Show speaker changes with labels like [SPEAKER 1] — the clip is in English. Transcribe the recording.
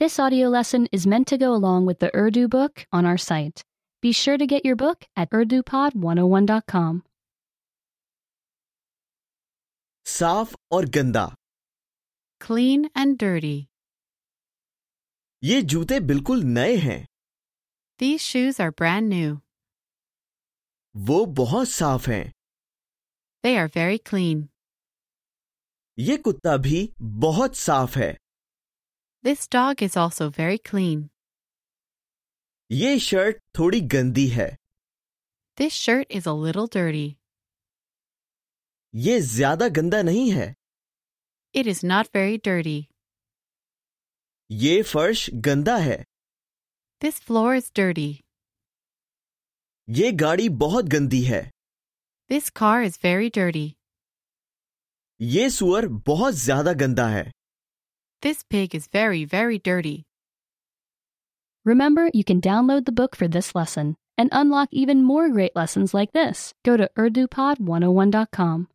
[SPEAKER 1] This audio lesson is meant to go along with the Urdu book on our site. Be sure to get your book at urdupod101.com.
[SPEAKER 2] साफ और गंदा
[SPEAKER 3] clean and dirty.
[SPEAKER 2] ये जूते बिल्कुल नए हैं
[SPEAKER 3] These shoes are brand new.
[SPEAKER 2] वो बहुत साफ हैं
[SPEAKER 3] They are very clean.
[SPEAKER 2] ये कुत्ता भी बहुत साफ है
[SPEAKER 3] This dog is also very clean.
[SPEAKER 2] ये शर्ट थोड़ी गंदी है
[SPEAKER 3] This shirt is a little dirty.
[SPEAKER 2] ये ज्यादा गंदा नहीं है
[SPEAKER 3] It is not very dirty.
[SPEAKER 2] ये फर्श गंदा है
[SPEAKER 3] This floor is dirty.
[SPEAKER 2] ये गाड़ी बहुत गंदी है
[SPEAKER 3] This car is very dirty.
[SPEAKER 2] ये सुअर बहुत ज्यादा गंदा है
[SPEAKER 3] This pig is very, very dirty.
[SPEAKER 1] Remember, you can download the book for this oh lesson and unlock even more great lessons like this. Go to urdupod101.com.